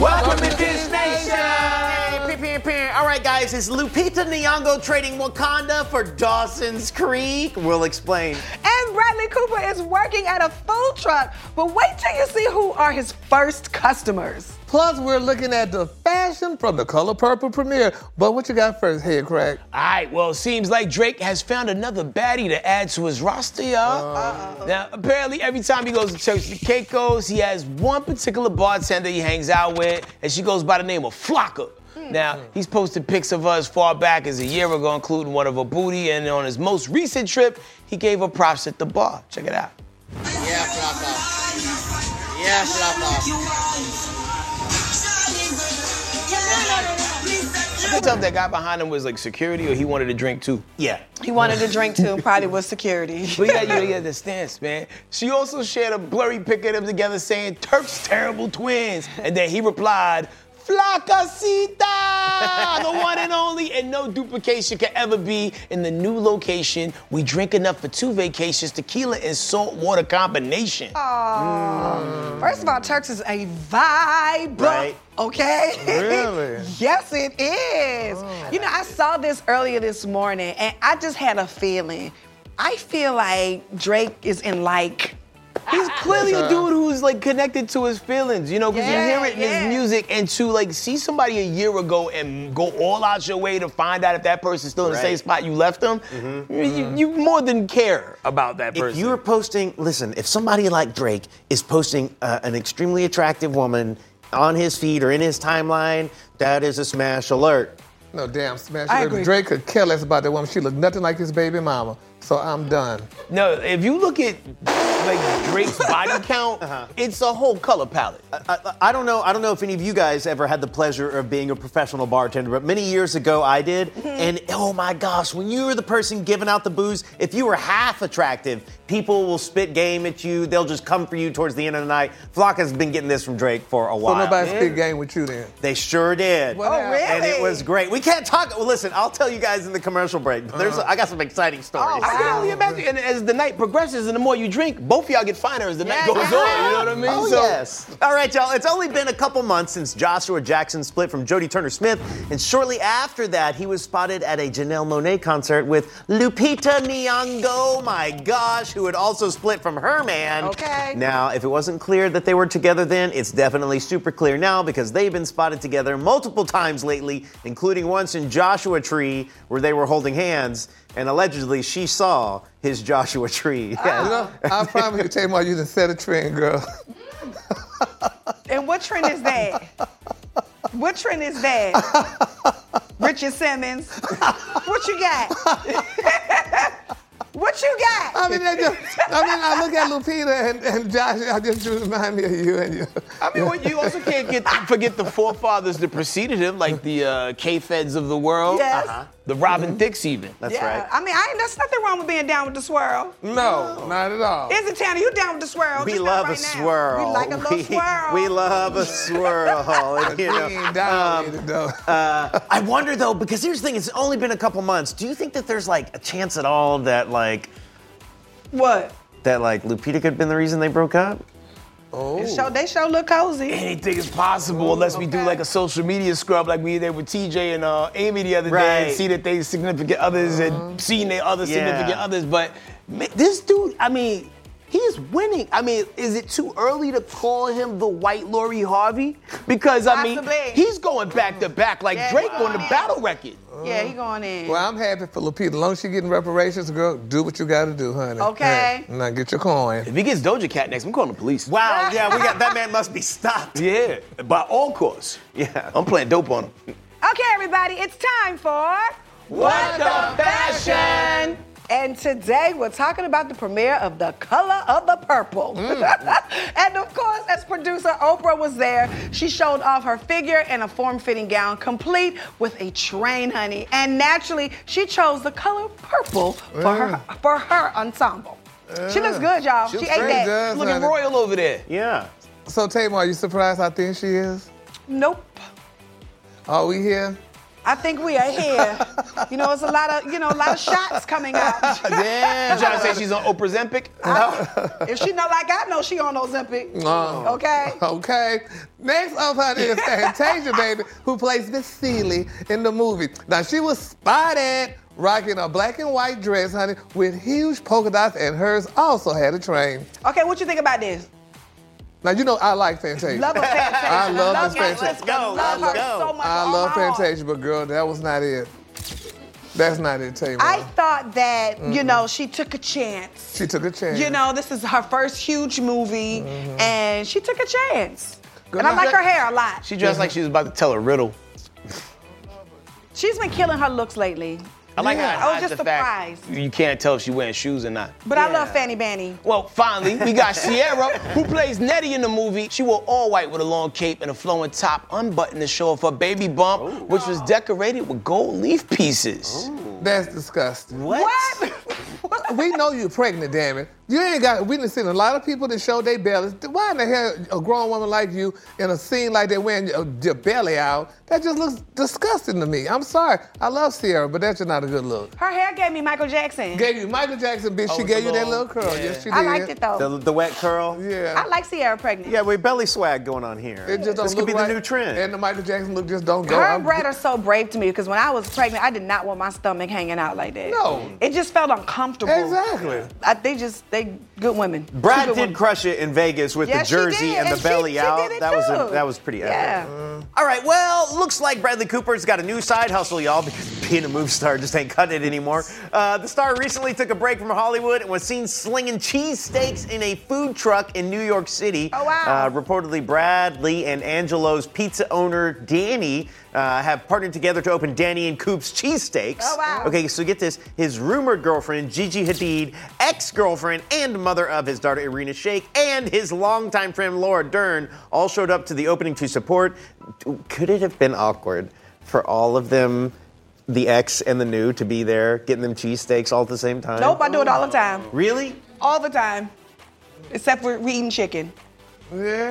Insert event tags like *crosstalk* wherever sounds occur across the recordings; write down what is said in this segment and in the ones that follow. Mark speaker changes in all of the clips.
Speaker 1: Welcome to Diz Nation!
Speaker 2: Hey, pew, pew, pew. All right, guys, is Lupita Nyong'o trading Wakanda for Dawson's Creek? We'll explain.
Speaker 3: And Bradley Cooper is working at a food truck, but wait till you see who are his first customers.
Speaker 4: Plus, we're looking at the fashion from the Color Purple premiere. But what you got first, head crack?
Speaker 1: All right, well, it seems like Drake has found another baddie to add to his roster, y'all. Now, apparently, every time he goes to church to Keiko's, he has one particular bartender he hangs out with, and she goes by the name of Flocka. Now, he's posted pics of her as far back as a year ago, including one of her booty, and on his most recent trip, he gave her props at the bar. Check it out.
Speaker 2: Yeah, Flocka. Yeah, Flocka.
Speaker 1: You can tell if that guy behind him was like security or he wanted to drink too.
Speaker 2: Yeah.
Speaker 3: He wanted to drink too, probably with *laughs* security.
Speaker 1: *laughs* But yeah, you know, you had the stance, man. She also shared a blurry pic of them together saying, Turk's terrible twins. And then he replied, Flacasita, the one and only, and no duplication can ever be in the new location. We drink enough for two vacations, tequila and salt water combination.
Speaker 3: First of all, Turks is a vibe.
Speaker 2: Right.
Speaker 3: Okay.
Speaker 4: Really?
Speaker 3: *laughs* yes, it is.
Speaker 2: Oh,
Speaker 3: you know, I saw this earlier this morning and I just had a feeling. I feel like Drake is in like. *laughs*
Speaker 1: He's clearly a
Speaker 4: Yes, sir.
Speaker 1: dude who's like connected to his feelings, you know, because
Speaker 3: Yeah,
Speaker 1: you hear it in
Speaker 3: yeah.
Speaker 1: his music, and to like see somebody a year ago and go all out your way to find out if that person's still in the
Speaker 2: Right. Mm-hmm.
Speaker 1: same spot you left them, you, you more than care about that person.
Speaker 2: If you're posting, listen, if somebody like Drake is posting uh, an extremely attractive woman on his feed or in his timeline, that is a smash alert.
Speaker 4: No damn smash.
Speaker 3: I
Speaker 4: If
Speaker 3: agree.
Speaker 4: Drake could care less about that woman. She looked nothing like his baby mama. So I'm done.
Speaker 1: no, if you look at like Drake's
Speaker 2: *laughs*
Speaker 1: body count,
Speaker 2: Uh-huh.
Speaker 1: it's a whole color palette.
Speaker 2: I, I don't know. I don't know if any of you guys ever had the pleasure of being a professional bartender, but many years ago I did. And oh my gosh, when you were the person giving out the booze, if you were half attractive, people will spit game at you. They'll just come for you towards the end of the night. Flock has been getting this from Drake for a
Speaker 4: So
Speaker 2: while.
Speaker 4: nobody speak game with you then.
Speaker 2: They sure did.
Speaker 4: What Oh, happened? really?
Speaker 2: And it was great. We can't talk. Well, listen, I'll tell you guys in the commercial break. But
Speaker 4: Uh-huh.
Speaker 2: there's, I got some exciting stories.
Speaker 4: Oh,
Speaker 1: I can only imagine. And as the night progresses and the more you drink, both of y'all get finer as the night goes on. You know what I mean?
Speaker 2: Oh,
Speaker 1: So-
Speaker 2: yes. All right, y'all. It's only been a couple months since Joshua Jackson split from Jodie Turner Smith, and shortly after that, he was spotted at a Janelle Monet concert with Lupita Nyong'o. My gosh, who had also split from her man.
Speaker 3: Okay.
Speaker 2: Now, if it wasn't clear that they were together then, it's definitely super clear now because they've been spotted together multiple times lately, including once in Joshua Tree where they were holding hands, and allegedly she saw his Joshua Tree. *laughs*
Speaker 4: You know, I promise you, Tamar, you done set a trend, girl.
Speaker 3: And what trend is that? what trend is that? Richard Simmons. What you got? *laughs* what you got?
Speaker 4: I mean, I, just, I mean, I look at Lupita and, and Josh, I just you remind me of you and you.
Speaker 1: I mean, well, you also can't get forget the forefathers that preceded him, like the uh, K-Feds of the world, Uh-huh.
Speaker 3: Yes. Mm-hmm.
Speaker 1: the Robin Thicke's even.
Speaker 2: That's
Speaker 3: yeah.
Speaker 2: right.
Speaker 3: I mean, I ain't, there's nothing wrong with being down with the swirl.
Speaker 4: No, not at all.
Speaker 3: Is it Tanner? You down with the swirl?
Speaker 2: We
Speaker 3: Just not
Speaker 2: love
Speaker 3: right
Speaker 2: a
Speaker 3: now.
Speaker 2: swirl.
Speaker 3: We like a little
Speaker 2: We-
Speaker 3: swirl.
Speaker 2: We love a swirl. *laughs* And, you know, Um, uh,
Speaker 4: We ain't down with it, though.
Speaker 2: I wonder though, because here's the thing: it's only been a couple months. Do you think that there's like a chance at all that like
Speaker 3: what?
Speaker 2: that like Lupita could have been the reason they broke up?
Speaker 4: oh.
Speaker 3: Show they show look cozy.
Speaker 1: Anything is possible unless we do
Speaker 3: okay.
Speaker 1: like a social media scrub, like we did with TJ and uh, Amy the other day, and
Speaker 2: Right.
Speaker 1: see that they significant others
Speaker 3: Mm-hmm.
Speaker 1: and seen their other
Speaker 2: Yeah.
Speaker 1: significant others. But ma- this dude, I mean, he's winning. I mean, is it too early to call him the White Lori Harvey? Because I mean,
Speaker 3: Possibly.
Speaker 1: he's going back to back like
Speaker 3: Yeah,
Speaker 1: Drake
Speaker 3: he
Speaker 1: on the
Speaker 3: is.
Speaker 1: battle record.
Speaker 3: Yeah, he going
Speaker 4: *laughs*
Speaker 3: in.
Speaker 4: Well, I'm happy for Lupita. As long as she getting reparations, girl, do what you got to do, honey.
Speaker 3: Okay.
Speaker 4: Hey, now get your coin.
Speaker 1: If he gets Doja Cat next, I'm calling the police.
Speaker 2: Wow. Yeah, we got that man must be stopped.
Speaker 1: *laughs* Yeah, by all course.
Speaker 2: Yeah.
Speaker 1: I'm playing dope on him.
Speaker 3: okay, everybody, it's time for
Speaker 1: What the Fashion?
Speaker 3: And today we're talking about the premiere of The Color of the Purple. *laughs* and of course, as producer Oprah was there, she showed off her figure in a form fitting gown, complete with a train, honey. And naturally, she chose the color purple for, her, for her ensemble. She looks good, y'all. She,
Speaker 4: She looks
Speaker 3: ate that.
Speaker 4: great, does,
Speaker 1: Looking
Speaker 4: honey.
Speaker 1: royal over there.
Speaker 2: Yeah.
Speaker 4: So, Tamar, are you surprised how thin she is?
Speaker 3: Nope.
Speaker 4: Are we here?
Speaker 3: I think we are here. you know, it's a lot of you know a lot of shots coming out. *laughs*
Speaker 1: You trying to say
Speaker 2: Damn.
Speaker 1: she's on Oprah's Empic?
Speaker 3: if she know like I know, she on Ozempic.
Speaker 4: Oh.
Speaker 3: Okay.
Speaker 4: *laughs* Okay. Next up, honey, is Fantasia, baby, who plays Miss Seeley in the movie. Now, she was spotted rocking a black and white dress, honey, with huge polka dots, and hers also had a train.
Speaker 3: Okay, what you think about this?
Speaker 4: Now, you know I like Fantasia.
Speaker 3: Love her Fantasia.
Speaker 4: *laughs* I love
Speaker 3: her.
Speaker 4: Miss Fantasia.
Speaker 3: Let's
Speaker 2: Go,
Speaker 3: go. Love her
Speaker 2: let's go.
Speaker 3: so much.
Speaker 4: I
Speaker 3: with all
Speaker 4: love
Speaker 3: my heart.
Speaker 4: Fantasia, but girl, that was not it. That's not it, Taylor.
Speaker 3: I thought that, you know, she took a chance.
Speaker 4: she took a chance.
Speaker 3: You know, this is her first huge movie, and she took a chance.
Speaker 4: Good
Speaker 3: and I
Speaker 4: luck.
Speaker 3: like her hair a lot.
Speaker 1: *laughs* She dressed like she was about to tell a riddle.
Speaker 3: She's been killing her looks lately.
Speaker 1: I like
Speaker 3: Yeah.
Speaker 1: how it
Speaker 3: I was
Speaker 1: hides
Speaker 3: just
Speaker 1: the fact
Speaker 3: surprised.
Speaker 1: you can't tell if she wearing shoes or not.
Speaker 3: But I love Fanny Banny.
Speaker 1: Well, finally, we got Sierra, who plays Nettie in the movie. She wore all white with a long cape and a flowing top, unbuttoned to show off her baby bump, which was decorated with gold leaf pieces.
Speaker 4: That's disgusting.
Speaker 1: What?
Speaker 4: *laughs* we know you pregnant, damn it. You ain't got. We done seen a lot of people that show their bellies. Why in the hell a grown woman like you in a scene like that wearing your, your belly out? That just looks disgusting to me. I'm sorry. I love Sierra, but that's just not a good look.
Speaker 3: *laughs* Her hair gave me Michael Jackson.
Speaker 4: Gave you Michael Jackson, bitch.
Speaker 1: Oh,
Speaker 4: she
Speaker 1: it's a
Speaker 4: gave you that little
Speaker 1: little-
Speaker 4: curl.
Speaker 1: yeah.
Speaker 4: Yes, she did.
Speaker 3: I liked it though.
Speaker 2: The, the wet curl.
Speaker 4: Yeah.
Speaker 3: I like Sierra pregnant.
Speaker 2: Yeah, we belly swag going on here.
Speaker 4: It just don't
Speaker 2: this could
Speaker 4: look
Speaker 2: be
Speaker 4: right.
Speaker 2: the new trend.
Speaker 4: And the Michael Jackson look just don't go.
Speaker 3: Her
Speaker 4: I'm-
Speaker 3: and Brad are so brave to me because when I was pregnant, I did not want my stomach hanging out like that.
Speaker 4: No.
Speaker 3: It just felt uncomfortable.
Speaker 4: Exactly.
Speaker 3: I, they just, they good women. She
Speaker 2: Brad
Speaker 3: good
Speaker 2: did
Speaker 3: women.
Speaker 2: crush it in Vegas with
Speaker 3: Yes,
Speaker 2: the
Speaker 3: she
Speaker 2: jersey
Speaker 3: did,
Speaker 2: and the
Speaker 3: she-
Speaker 2: belly
Speaker 3: she did
Speaker 2: out.
Speaker 3: it
Speaker 2: that was a,
Speaker 3: too.
Speaker 2: that was pretty epic.
Speaker 3: Yeah.
Speaker 2: All right, well, looks like Bradley Cooper's got a new side hustle, y'all, because *laughs* being a movie star just ain't cutting it anymore. Uh, the star recently took a break from Hollywood and was seen slinging cheesesteaks in a food truck in New York City.
Speaker 3: Oh, wow.
Speaker 2: Uh, reportedly, Bradley and Angelo's pizza owner, Danny, uh, have partnered together to open Danny and Coop's Cheesesteaks.
Speaker 3: Oh, wow.
Speaker 2: Okay, so get this. His rumored girlfriend, Gigi Hadid, ex girlfriend and mother of his daughter, Irina Shayk, and his longtime friend, Laura Dern, all showed up to the opening to support. Could it have been awkward for all of them, the ex and the new, to be there getting them cheesesteaks all at the same time? Oh.
Speaker 3: Nope, I do it all the time.
Speaker 2: Really?
Speaker 3: All the time. Except for we eating chicken. *laughs*
Speaker 4: Yeah.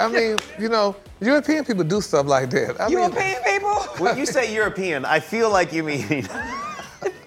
Speaker 4: I mean, you know, European people do stuff like that. I mean,
Speaker 3: European
Speaker 2: *laughs*
Speaker 3: people?
Speaker 2: When you say European, I feel like you mean. *laughs*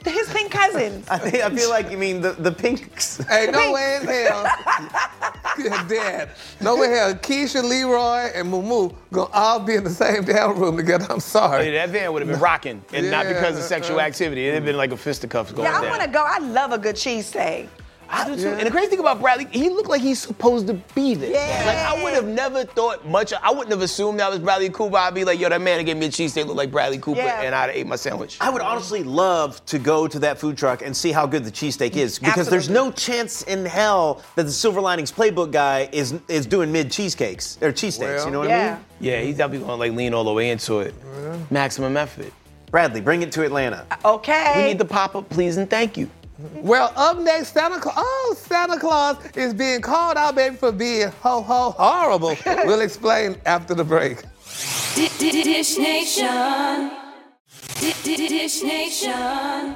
Speaker 3: His pink cousins.
Speaker 2: I, think, I feel like you mean the, the pinks.
Speaker 4: Hey, no way in hell.
Speaker 3: *laughs*
Speaker 4: Yeah, Dad. No way in hell. Keisha, Leroy, and Mumu gonna all be in the same damn room together. I'm
Speaker 1: Yeah,
Speaker 4: sorry.
Speaker 1: that van would have been rocking, and not because of
Speaker 4: Yeah.
Speaker 1: sexual activity. It'd have been like a fisticuffs going
Speaker 3: Yeah, I
Speaker 1: down.
Speaker 3: want to go. I love a good cheesesteak.
Speaker 1: I do too.
Speaker 4: Yeah.
Speaker 1: And the crazy thing about Bradley, he looked like he's supposed to be there.
Speaker 3: Yeah.
Speaker 1: Like I would have never thought much. Of, I wouldn't have assumed that was Bradley Cooper. I'd be like, yo, that man that gave me a cheesesteak looked like Bradley Cooper,
Speaker 3: Yeah.
Speaker 1: and I'd have ate my sandwich.
Speaker 2: I would honestly love to go to that food truck and see how good the cheesesteak is because there's
Speaker 3: Absolutely.
Speaker 2: no chance in hell that the Silver Linings Playbook guy is is doing mid cheesecakes or cheesesteaks.
Speaker 4: Well-
Speaker 2: you know what I
Speaker 3: Yeah.
Speaker 2: mean?
Speaker 1: Yeah, he's definitely gonna like lean all the way into it. Maximum effort.
Speaker 2: Bradley, bring it to Atlanta.
Speaker 3: Okay.
Speaker 1: We need the pop up, please and thank you.
Speaker 4: Well, up next, Santa Claus. Oh, Santa Claus is being called out, baby, for being ho ho horrible. we'll explain after the break.
Speaker 5: Di- di- di- Dish Nation. Di- di- di- Dish Nation.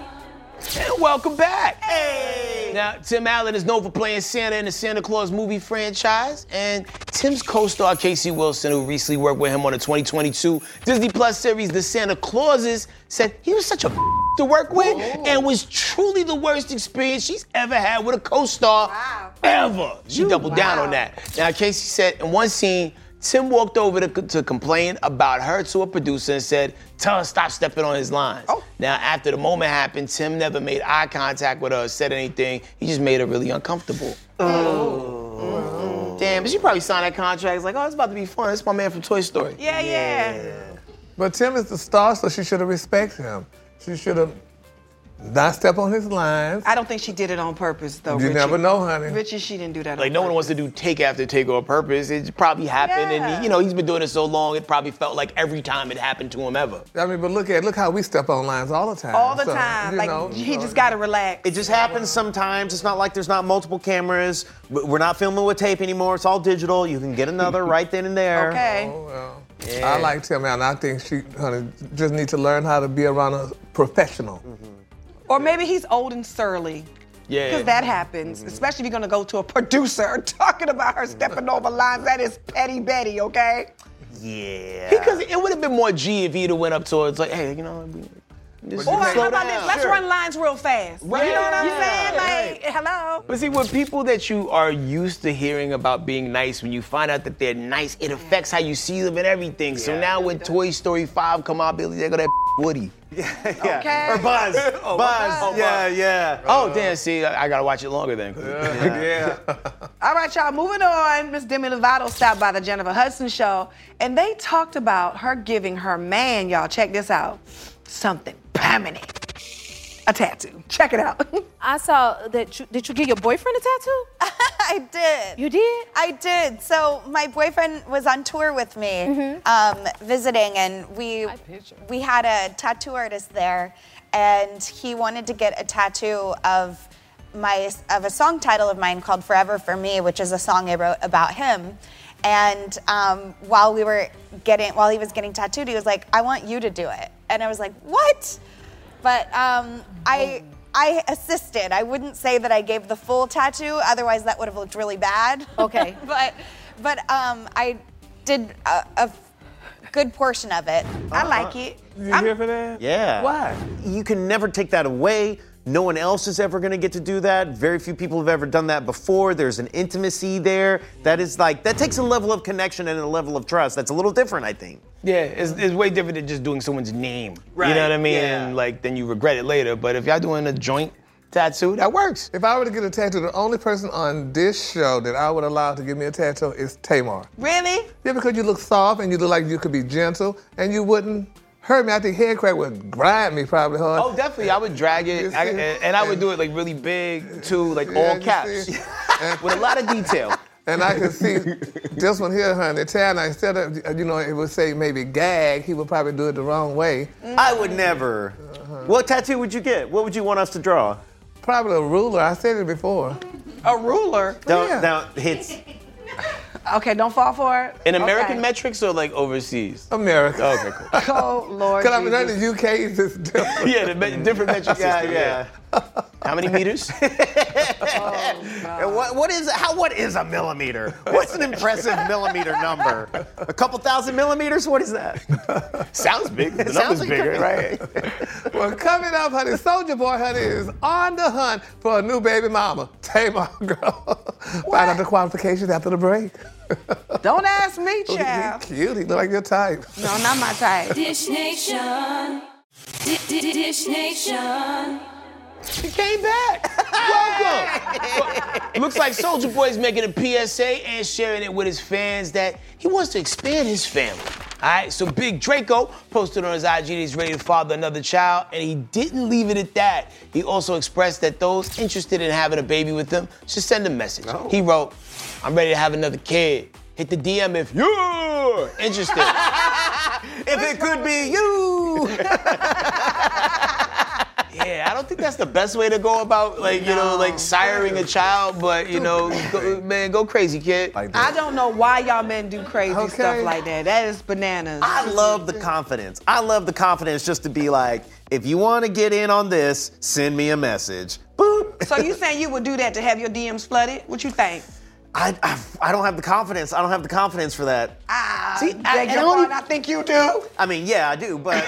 Speaker 1: And welcome back. Hey. Now, Tim Allen is known for playing Santa in the Santa Claus movie franchise, and Tim's co-star Casey Wilson, who recently worked with him on the 2022 Disney Plus series The Santa Clauses, said he was such a *laughs* to work with and was truly the worst experience she's ever had with a co-star
Speaker 3: Wow.
Speaker 1: ever. She doubled down
Speaker 3: wow.
Speaker 1: on that. Now, Casey said in one scene, Tim walked over to, to complain about her to a producer and said, Tell her stop stepping on his lines.
Speaker 3: Oh.
Speaker 1: Now, after the moment happened, Tim never made eye contact with her or said anything. He just made her really uncomfortable.
Speaker 3: Oh.
Speaker 1: Damn, but she probably signed that contract. It's like, oh, it's about to be fun. It's my man from Toy Story.
Speaker 3: yeah, yeah,
Speaker 4: But Tim is the star, so she should have respected him. She should have not stepped on his lines.
Speaker 3: I don't think she did it on purpose, though.
Speaker 4: You
Speaker 3: Richie.
Speaker 4: never know, honey.
Speaker 3: Richie, she didn't do that.
Speaker 1: Like,
Speaker 3: on
Speaker 1: no one
Speaker 3: purpose.
Speaker 1: wants to do take after take or purpose. It probably happened,
Speaker 3: Yeah.
Speaker 1: and, you know, he's been doing it so long, it probably felt like every time it happened to him ever.
Speaker 4: I mean, but look at look how we step on lines all the time.
Speaker 3: all the
Speaker 4: So,
Speaker 3: time.
Speaker 4: you
Speaker 3: Like
Speaker 4: know,
Speaker 3: he
Speaker 4: so-
Speaker 3: just got to relax.
Speaker 2: It just happens sometimes. It's not like there's not multiple cameras. W- We're not filming with tape anymore. It's all digital. You can get another right then and there.
Speaker 3: okay.
Speaker 4: Oh, well. I like Tim Allen. I think she honey, just need to learn how to be around a professional. *laughs*
Speaker 3: Or maybe he's old and surly.
Speaker 1: Yeah.
Speaker 3: Because that happens,
Speaker 4: Mm-hmm.
Speaker 3: especially if you're *laughs*
Speaker 4: Mm-hmm.
Speaker 3: gonna go to a producer talking about her stepping over lines. That is petty Betty, okay?
Speaker 2: Yeah.
Speaker 1: Because it would have been more G if he'd have went up towards like, hey, you know, we, this
Speaker 4: Or
Speaker 3: Or
Speaker 1: slow
Speaker 3: how about
Speaker 1: down.
Speaker 3: this? Let's
Speaker 1: Sure.
Speaker 3: run lines real fast. You know what I'm saying? Like, hello.
Speaker 1: But see, with people that you are used to hearing about being nice, when you find out that they're nice, it affects how you see them and everything. so now when Toy Story 5 come out, Billy, they go that *laughs* Woody.
Speaker 2: *laughs* Yeah.
Speaker 3: Okay.
Speaker 2: Or Buzz.
Speaker 1: Oh,
Speaker 2: Buzz.
Speaker 1: Buzz.
Speaker 2: Yeah, yeah.
Speaker 1: Oh, damn, see, I, I gotta watch it longer then.
Speaker 4: Yeah.
Speaker 3: All right, y'all, moving on. Miss Demi Lovato stopped by the Jennifer Hudson show, and they talked about her giving her man, y'all, check this out, something permanent. A tattoo. Check it out. *laughs*
Speaker 6: I saw that. You, did you give your boyfriend a tattoo?
Speaker 3: Uh,
Speaker 7: *laughs* I did.
Speaker 6: You did?
Speaker 7: I did. So my boyfriend was on tour with me, um, visiting, and we we had a tattoo artist there, and he wanted to get a tattoo of my of a song title of mine called "Forever for Me," which is a song I wrote about him. And um, while we were getting while he was getting tattooed, he was like, "I want you to do it," and I was like, "What?" But um, I I assisted. I wouldn't say that I gave the full tattoo, otherwise that would have looked really bad.
Speaker 6: Okay.
Speaker 7: *laughs* but but um, I did a, a good portion of it.
Speaker 3: I like
Speaker 4: Uh-huh.
Speaker 3: it.
Speaker 8: You here for that?
Speaker 2: Yeah.
Speaker 8: Why?
Speaker 2: You can never take that away. No one else is ever going to get to do that. Very few people have ever done that before. There's an intimacy there that is like, that takes a level of connection and a level of trust that's a little different, I think.
Speaker 1: Yeah, it's, it's way different than just doing someone's name. You
Speaker 2: Right,
Speaker 1: know what I mean?
Speaker 2: yeah.
Speaker 1: And like, then you regret it later. But if y'all doing a joint tattoo, that works.
Speaker 4: If I were to get a tattoo, the only person on this show that I would allow to give me a tattoo is Tamar.
Speaker 3: Really?
Speaker 4: Yeah, because you look soft and you look like you could be gentle and you wouldn't hurt me. I think head crack would grind me probably hard.
Speaker 1: *laughs* Oh, definitely. I would drag it, I, and, and I would do it like really big too, like
Speaker 4: Yeah,
Speaker 1: all
Speaker 4: you
Speaker 1: caps, *laughs*
Speaker 4: see?
Speaker 1: with a lot of detail.
Speaker 4: And I could see this one here, honey. Ted, instead of, you know, it would say maybe gag, he would probably do it the wrong way.
Speaker 2: I would never. What tattoo would you get? What would you want us to draw?
Speaker 4: Probably a ruler. I said it before.
Speaker 3: A ruler.
Speaker 2: Don't,
Speaker 4: Yeah.
Speaker 2: don't *laughs* hits.
Speaker 3: Okay, don't fall for it.
Speaker 1: In American
Speaker 3: Okay.
Speaker 1: metrics or like overseas?
Speaker 4: America.
Speaker 1: Okay, cool.
Speaker 3: Oh, Lord.
Speaker 4: Because I mean, in
Speaker 3: Jesus.
Speaker 4: the UK, it's just different.
Speaker 1: Yeah, the me- different metric
Speaker 2: Yeah,
Speaker 1: system.
Speaker 2: yeah.
Speaker 1: How many meters?
Speaker 2: *laughs* And what, what is how? What is a millimeter? What's an impressive millimeter number? A couple thousand millimeters? What is that?
Speaker 1: Sounds big. The
Speaker 2: Sounds
Speaker 1: number's
Speaker 2: like-
Speaker 1: bigger,
Speaker 2: *laughs*
Speaker 1: right?
Speaker 4: well, coming up, honey, Soldier Boy, honey, is on the hunt for a new baby mama. Tamar, *laughs* girl. Find out the qualifications after the break.
Speaker 3: Don't ask me,
Speaker 4: He-
Speaker 3: child.
Speaker 4: He cute. He look like your type.
Speaker 3: No, not my type.
Speaker 5: Dish Nation. Di- di- di- Dish Nation.
Speaker 1: He came back. Welcome. Well, looks like Soldier Boy's making a PSA and sharing it with his fans that he wants to expand his family. All right, so Big Draco posted on his IG that he's ready to father another child, and he didn't leave it at that. He also expressed that those interested in having a baby with him should send a message. He wrote, I'm ready to have another kid. Hit the DM if you're interested.
Speaker 2: if it could be you.
Speaker 1: Yeah, I don't think that's the best way to go about like you know like siring a child, but you know, go, man, go crazy, kid.
Speaker 4: Like that.
Speaker 3: I don't know why y'all men do crazy
Speaker 4: Okay.
Speaker 3: stuff like that. That is bananas.
Speaker 2: I love the confidence. I love the confidence just to be like, if you want to get in on this, send me a message. Boop.
Speaker 3: So you saying you would do that to have your DMs flooded? What you think?
Speaker 2: I, I, I don't have the confidence. I don't have the confidence for that.
Speaker 3: Ah,
Speaker 2: See,
Speaker 3: beg
Speaker 2: I-
Speaker 3: your
Speaker 2: and only-
Speaker 3: pardon, I think you do.
Speaker 2: I mean, yeah, I do, but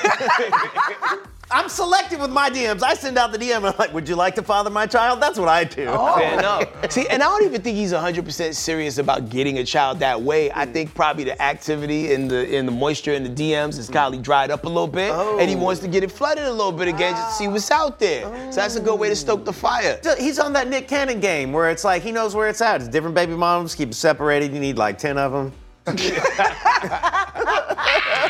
Speaker 2: *laughs* I'm selective with my DMs. I send out the DM and I'm like, would you like to father my child? That's what I do.
Speaker 3: Oh.
Speaker 1: Fair enough. Oh. See, and I don't even think he's 100% serious about getting a child that way.
Speaker 4: Mm.
Speaker 1: I think probably the activity and the in the moisture in the DMs
Speaker 4: Mm.
Speaker 1: is probably dried up a little bit, and
Speaker 4: Oh.
Speaker 1: he wants to get it flooded a little bit again just to see what's out there. So that's a good way
Speaker 4: Oh.
Speaker 1: to stoke the fire.
Speaker 2: So He's on that Nick Cannon game where it's like he knows where it's at. It's different baby moms, keep it separated. You need like 10 of them.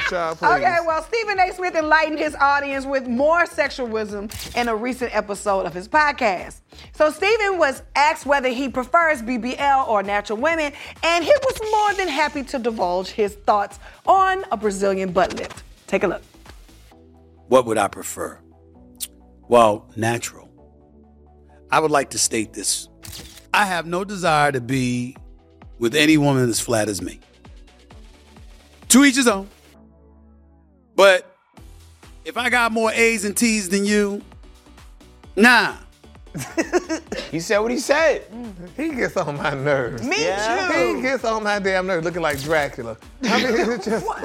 Speaker 4: Child,
Speaker 1: *laughs*
Speaker 4: please.
Speaker 3: Okay, well, Stephen A. Smith enlightened his audience with more sexual wisdom in a recent episode of his podcast. So, Stephen was asked whether he prefers BBL or natural women, and he was more than happy to divulge his thoughts on a Brazilian butt lift. Take a look.
Speaker 9: What would I prefer? Well, natural. I would like to state this I have no desire to be with any woman as flat as me. To each his own. But if I got more A's and T's than you, nah.
Speaker 1: He said what he said.
Speaker 4: He gets on my nerves.
Speaker 3: Me
Speaker 2: Yeah.
Speaker 3: too.
Speaker 4: He gets on my damn nerves looking like Dracula. I mean,
Speaker 3: *laughs*
Speaker 4: it's just,
Speaker 2: Why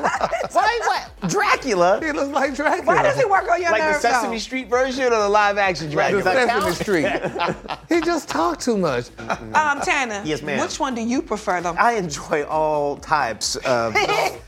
Speaker 2: what? Dracula?
Speaker 4: he looks like Dracula.
Speaker 3: Why does he work on your
Speaker 1: Like the
Speaker 3: nerves?
Speaker 1: Sesame
Speaker 3: though?
Speaker 1: Street version or the live action
Speaker 4: The
Speaker 1: Dracula?
Speaker 4: Sesame Street.
Speaker 3: *laughs*
Speaker 4: he just talked too much.
Speaker 3: Um, Tana.
Speaker 2: Yes, ma'am.
Speaker 3: Which one do you prefer, though?
Speaker 2: I enjoy all types
Speaker 3: *laughs*
Speaker 2: of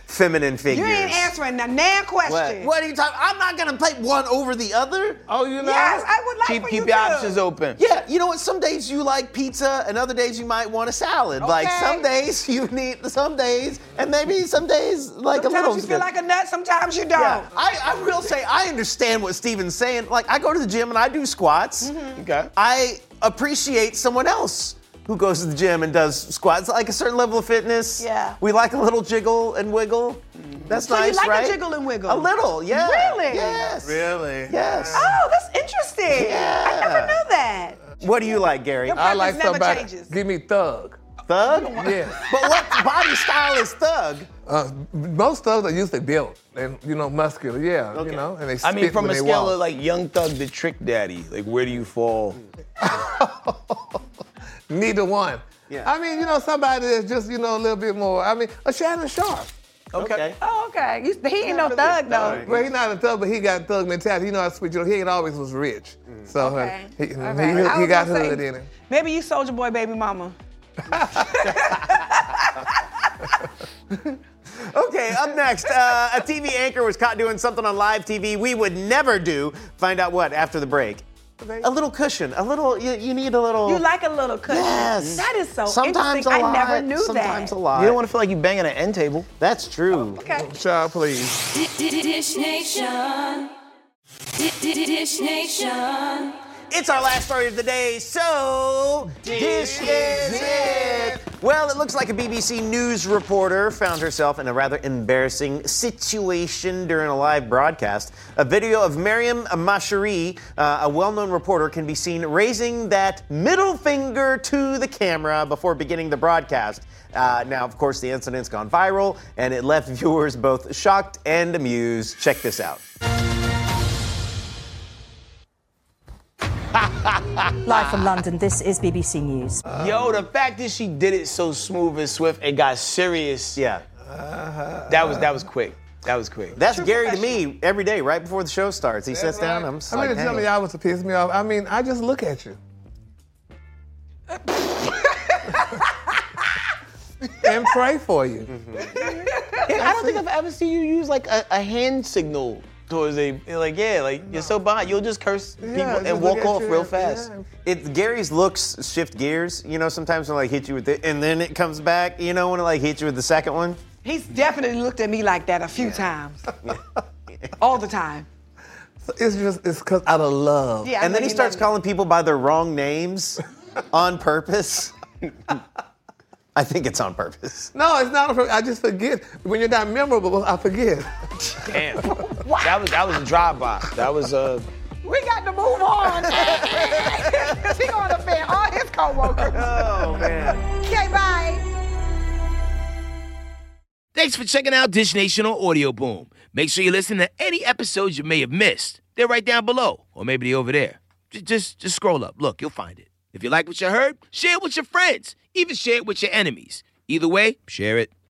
Speaker 2: feminine
Speaker 3: you
Speaker 2: figures.
Speaker 3: ain't answering the nan
Speaker 2: What?
Speaker 3: question.
Speaker 2: What are you talking? I'm not gonna play one over the other.
Speaker 1: Oh, you know?
Speaker 3: Yes, I would like
Speaker 1: keep,
Speaker 3: for
Speaker 1: Keep
Speaker 3: you
Speaker 1: your
Speaker 3: to.
Speaker 1: options open.
Speaker 2: Yeah, you know what? Some days you like pizza, and other days you might want a salad. Like
Speaker 3: Okay.
Speaker 2: some days *laughs* you need some days, and maybe some days like a
Speaker 3: Sometimes
Speaker 2: little.
Speaker 3: you
Speaker 2: is
Speaker 3: feel
Speaker 2: good.
Speaker 3: like a nut, sometimes you don't.
Speaker 2: Yeah, I, I will say I understand what Steven's saying. Like I go to the gym and I do squats.
Speaker 3: Mm-hmm.
Speaker 1: Okay.
Speaker 2: I appreciate someone else who goes to the gym and does squats. Like a certain level of fitness.
Speaker 3: Yeah.
Speaker 2: We like a little jiggle and wiggle. That's
Speaker 3: So
Speaker 2: nice,
Speaker 3: you like
Speaker 2: right?
Speaker 3: a jiggle and wiggle?
Speaker 2: A little, yeah.
Speaker 3: Really?
Speaker 2: Yes.
Speaker 4: Really?
Speaker 2: Yes.
Speaker 3: Oh, that's interesting. I never
Speaker 2: Yeah.
Speaker 3: knew that.
Speaker 2: What do you like, Gary?
Speaker 3: Your
Speaker 4: I
Speaker 3: preference
Speaker 4: like
Speaker 3: never
Speaker 4: somebody.
Speaker 3: changes.
Speaker 4: Give me thug.
Speaker 2: Thug?
Speaker 4: Yeah.
Speaker 2: But what body style is thug?
Speaker 4: Uh, most thugs are usually built and you know muscular. Yeah.
Speaker 2: Okay.
Speaker 4: You know, and they
Speaker 1: I mean,
Speaker 4: spit
Speaker 1: from
Speaker 4: when
Speaker 1: a
Speaker 4: they
Speaker 1: scale
Speaker 4: walk.
Speaker 1: of like Young Thug to Trick Daddy, like where do you fall?
Speaker 4: Neither one.
Speaker 2: Yeah.
Speaker 4: I mean, you know, somebody that's just, you know, a little bit more. I mean, a Shannon Sharp.
Speaker 1: Okay.
Speaker 3: Oh, okay. You, he ain't no thug, though.
Speaker 4: Well, he's not a thug, but he got thug mentality. You know, I switch it up. He ain't always was rich. So uh,
Speaker 3: Okay.
Speaker 4: he,
Speaker 3: All
Speaker 4: he-
Speaker 3: right. I
Speaker 4: he
Speaker 3: was
Speaker 4: got
Speaker 3: gonna say,
Speaker 4: hood in him.
Speaker 3: Maybe you soldier boy baby mama.
Speaker 2: Okay, up next, uh, a TV anchor was caught doing something on live TV we would never do. Find out what after the break. A little cushion, a little. You, you need a little.
Speaker 3: You like a little cushion.
Speaker 2: Yes.
Speaker 3: That is so
Speaker 2: Sometimes
Speaker 3: interesting.
Speaker 2: A
Speaker 3: I
Speaker 2: lot.
Speaker 3: never knew
Speaker 2: Sometimes
Speaker 3: that.
Speaker 2: a lot.
Speaker 1: You don't want to feel like you banging an end table.
Speaker 2: That's true.
Speaker 3: okay.
Speaker 4: Child, please.
Speaker 5: Dish Nation. Dish Nation.
Speaker 2: It's our last story of the day, so dish is it. Well, it looks like a BBC News reporter found herself in a rather embarrassing situation during a live broadcast. A video of Mariam Mashari, uh, a well known reporter, can be seen raising that middle finger to the camera before beginning the broadcast. Uh, now, of course, the incident's gone viral and it left *laughs* viewers both shocked and amused. Check this out.
Speaker 8: Live from London, this is BBC News.
Speaker 1: Yo, the fact that she did it so smooth and swift and got serious,
Speaker 2: Yeah.
Speaker 1: that was that was quick. That was quick.
Speaker 2: That's Gary to me every day, right before the show starts. He sits down. I'm just
Speaker 4: I mean,
Speaker 2: like,
Speaker 4: to tell
Speaker 2: hey.
Speaker 4: me y'all was to piss me off. I mean, I just look at you. and pray for you.
Speaker 1: I don't think I've ever seen you use like a, a hand signal towards a like yeah, like you're so behind. You'll just curse people
Speaker 4: Yeah, just
Speaker 1: and
Speaker 4: look
Speaker 1: walk
Speaker 4: at
Speaker 1: off
Speaker 4: you
Speaker 1: real
Speaker 4: and-
Speaker 1: fast.
Speaker 4: yeah.
Speaker 2: It, Gary's looks shift gears. You know, sometimes when like hit you with it, and then it comes back. You know, when it like hits you with the second one.
Speaker 3: He's definitely looked at me like that a
Speaker 2: *laughs*
Speaker 3: few times. *laughs* All the time.
Speaker 4: So it's just, it's because out of love.
Speaker 3: Yeah. I
Speaker 2: and then
Speaker 3: know
Speaker 2: he
Speaker 3: you
Speaker 2: starts
Speaker 3: love me.
Speaker 2: calling people by their wrong *laughs* names on purpose. *laughs* I think it's on purpose.
Speaker 4: No, it's not. A, pro- I just forget. When you're not memorable, I forget.
Speaker 1: Damn. That was that was a drive by. That was uh
Speaker 3: We got to move on.
Speaker 2: *laughs*
Speaker 3: Because *laughs* he going to offend all his coworkers.
Speaker 2: Oh man.
Speaker 3: Okay, bye.
Speaker 10: Thanks for checking out Dish Nation on Audio Boom. Make sure you listen to any episodes you may have missed. They're right down below, or maybe they're over there. J- Just, just scroll up. Look, you'll find it. If you like what you heard, share it with your friends. Even share it with your enemies. Either way, share it.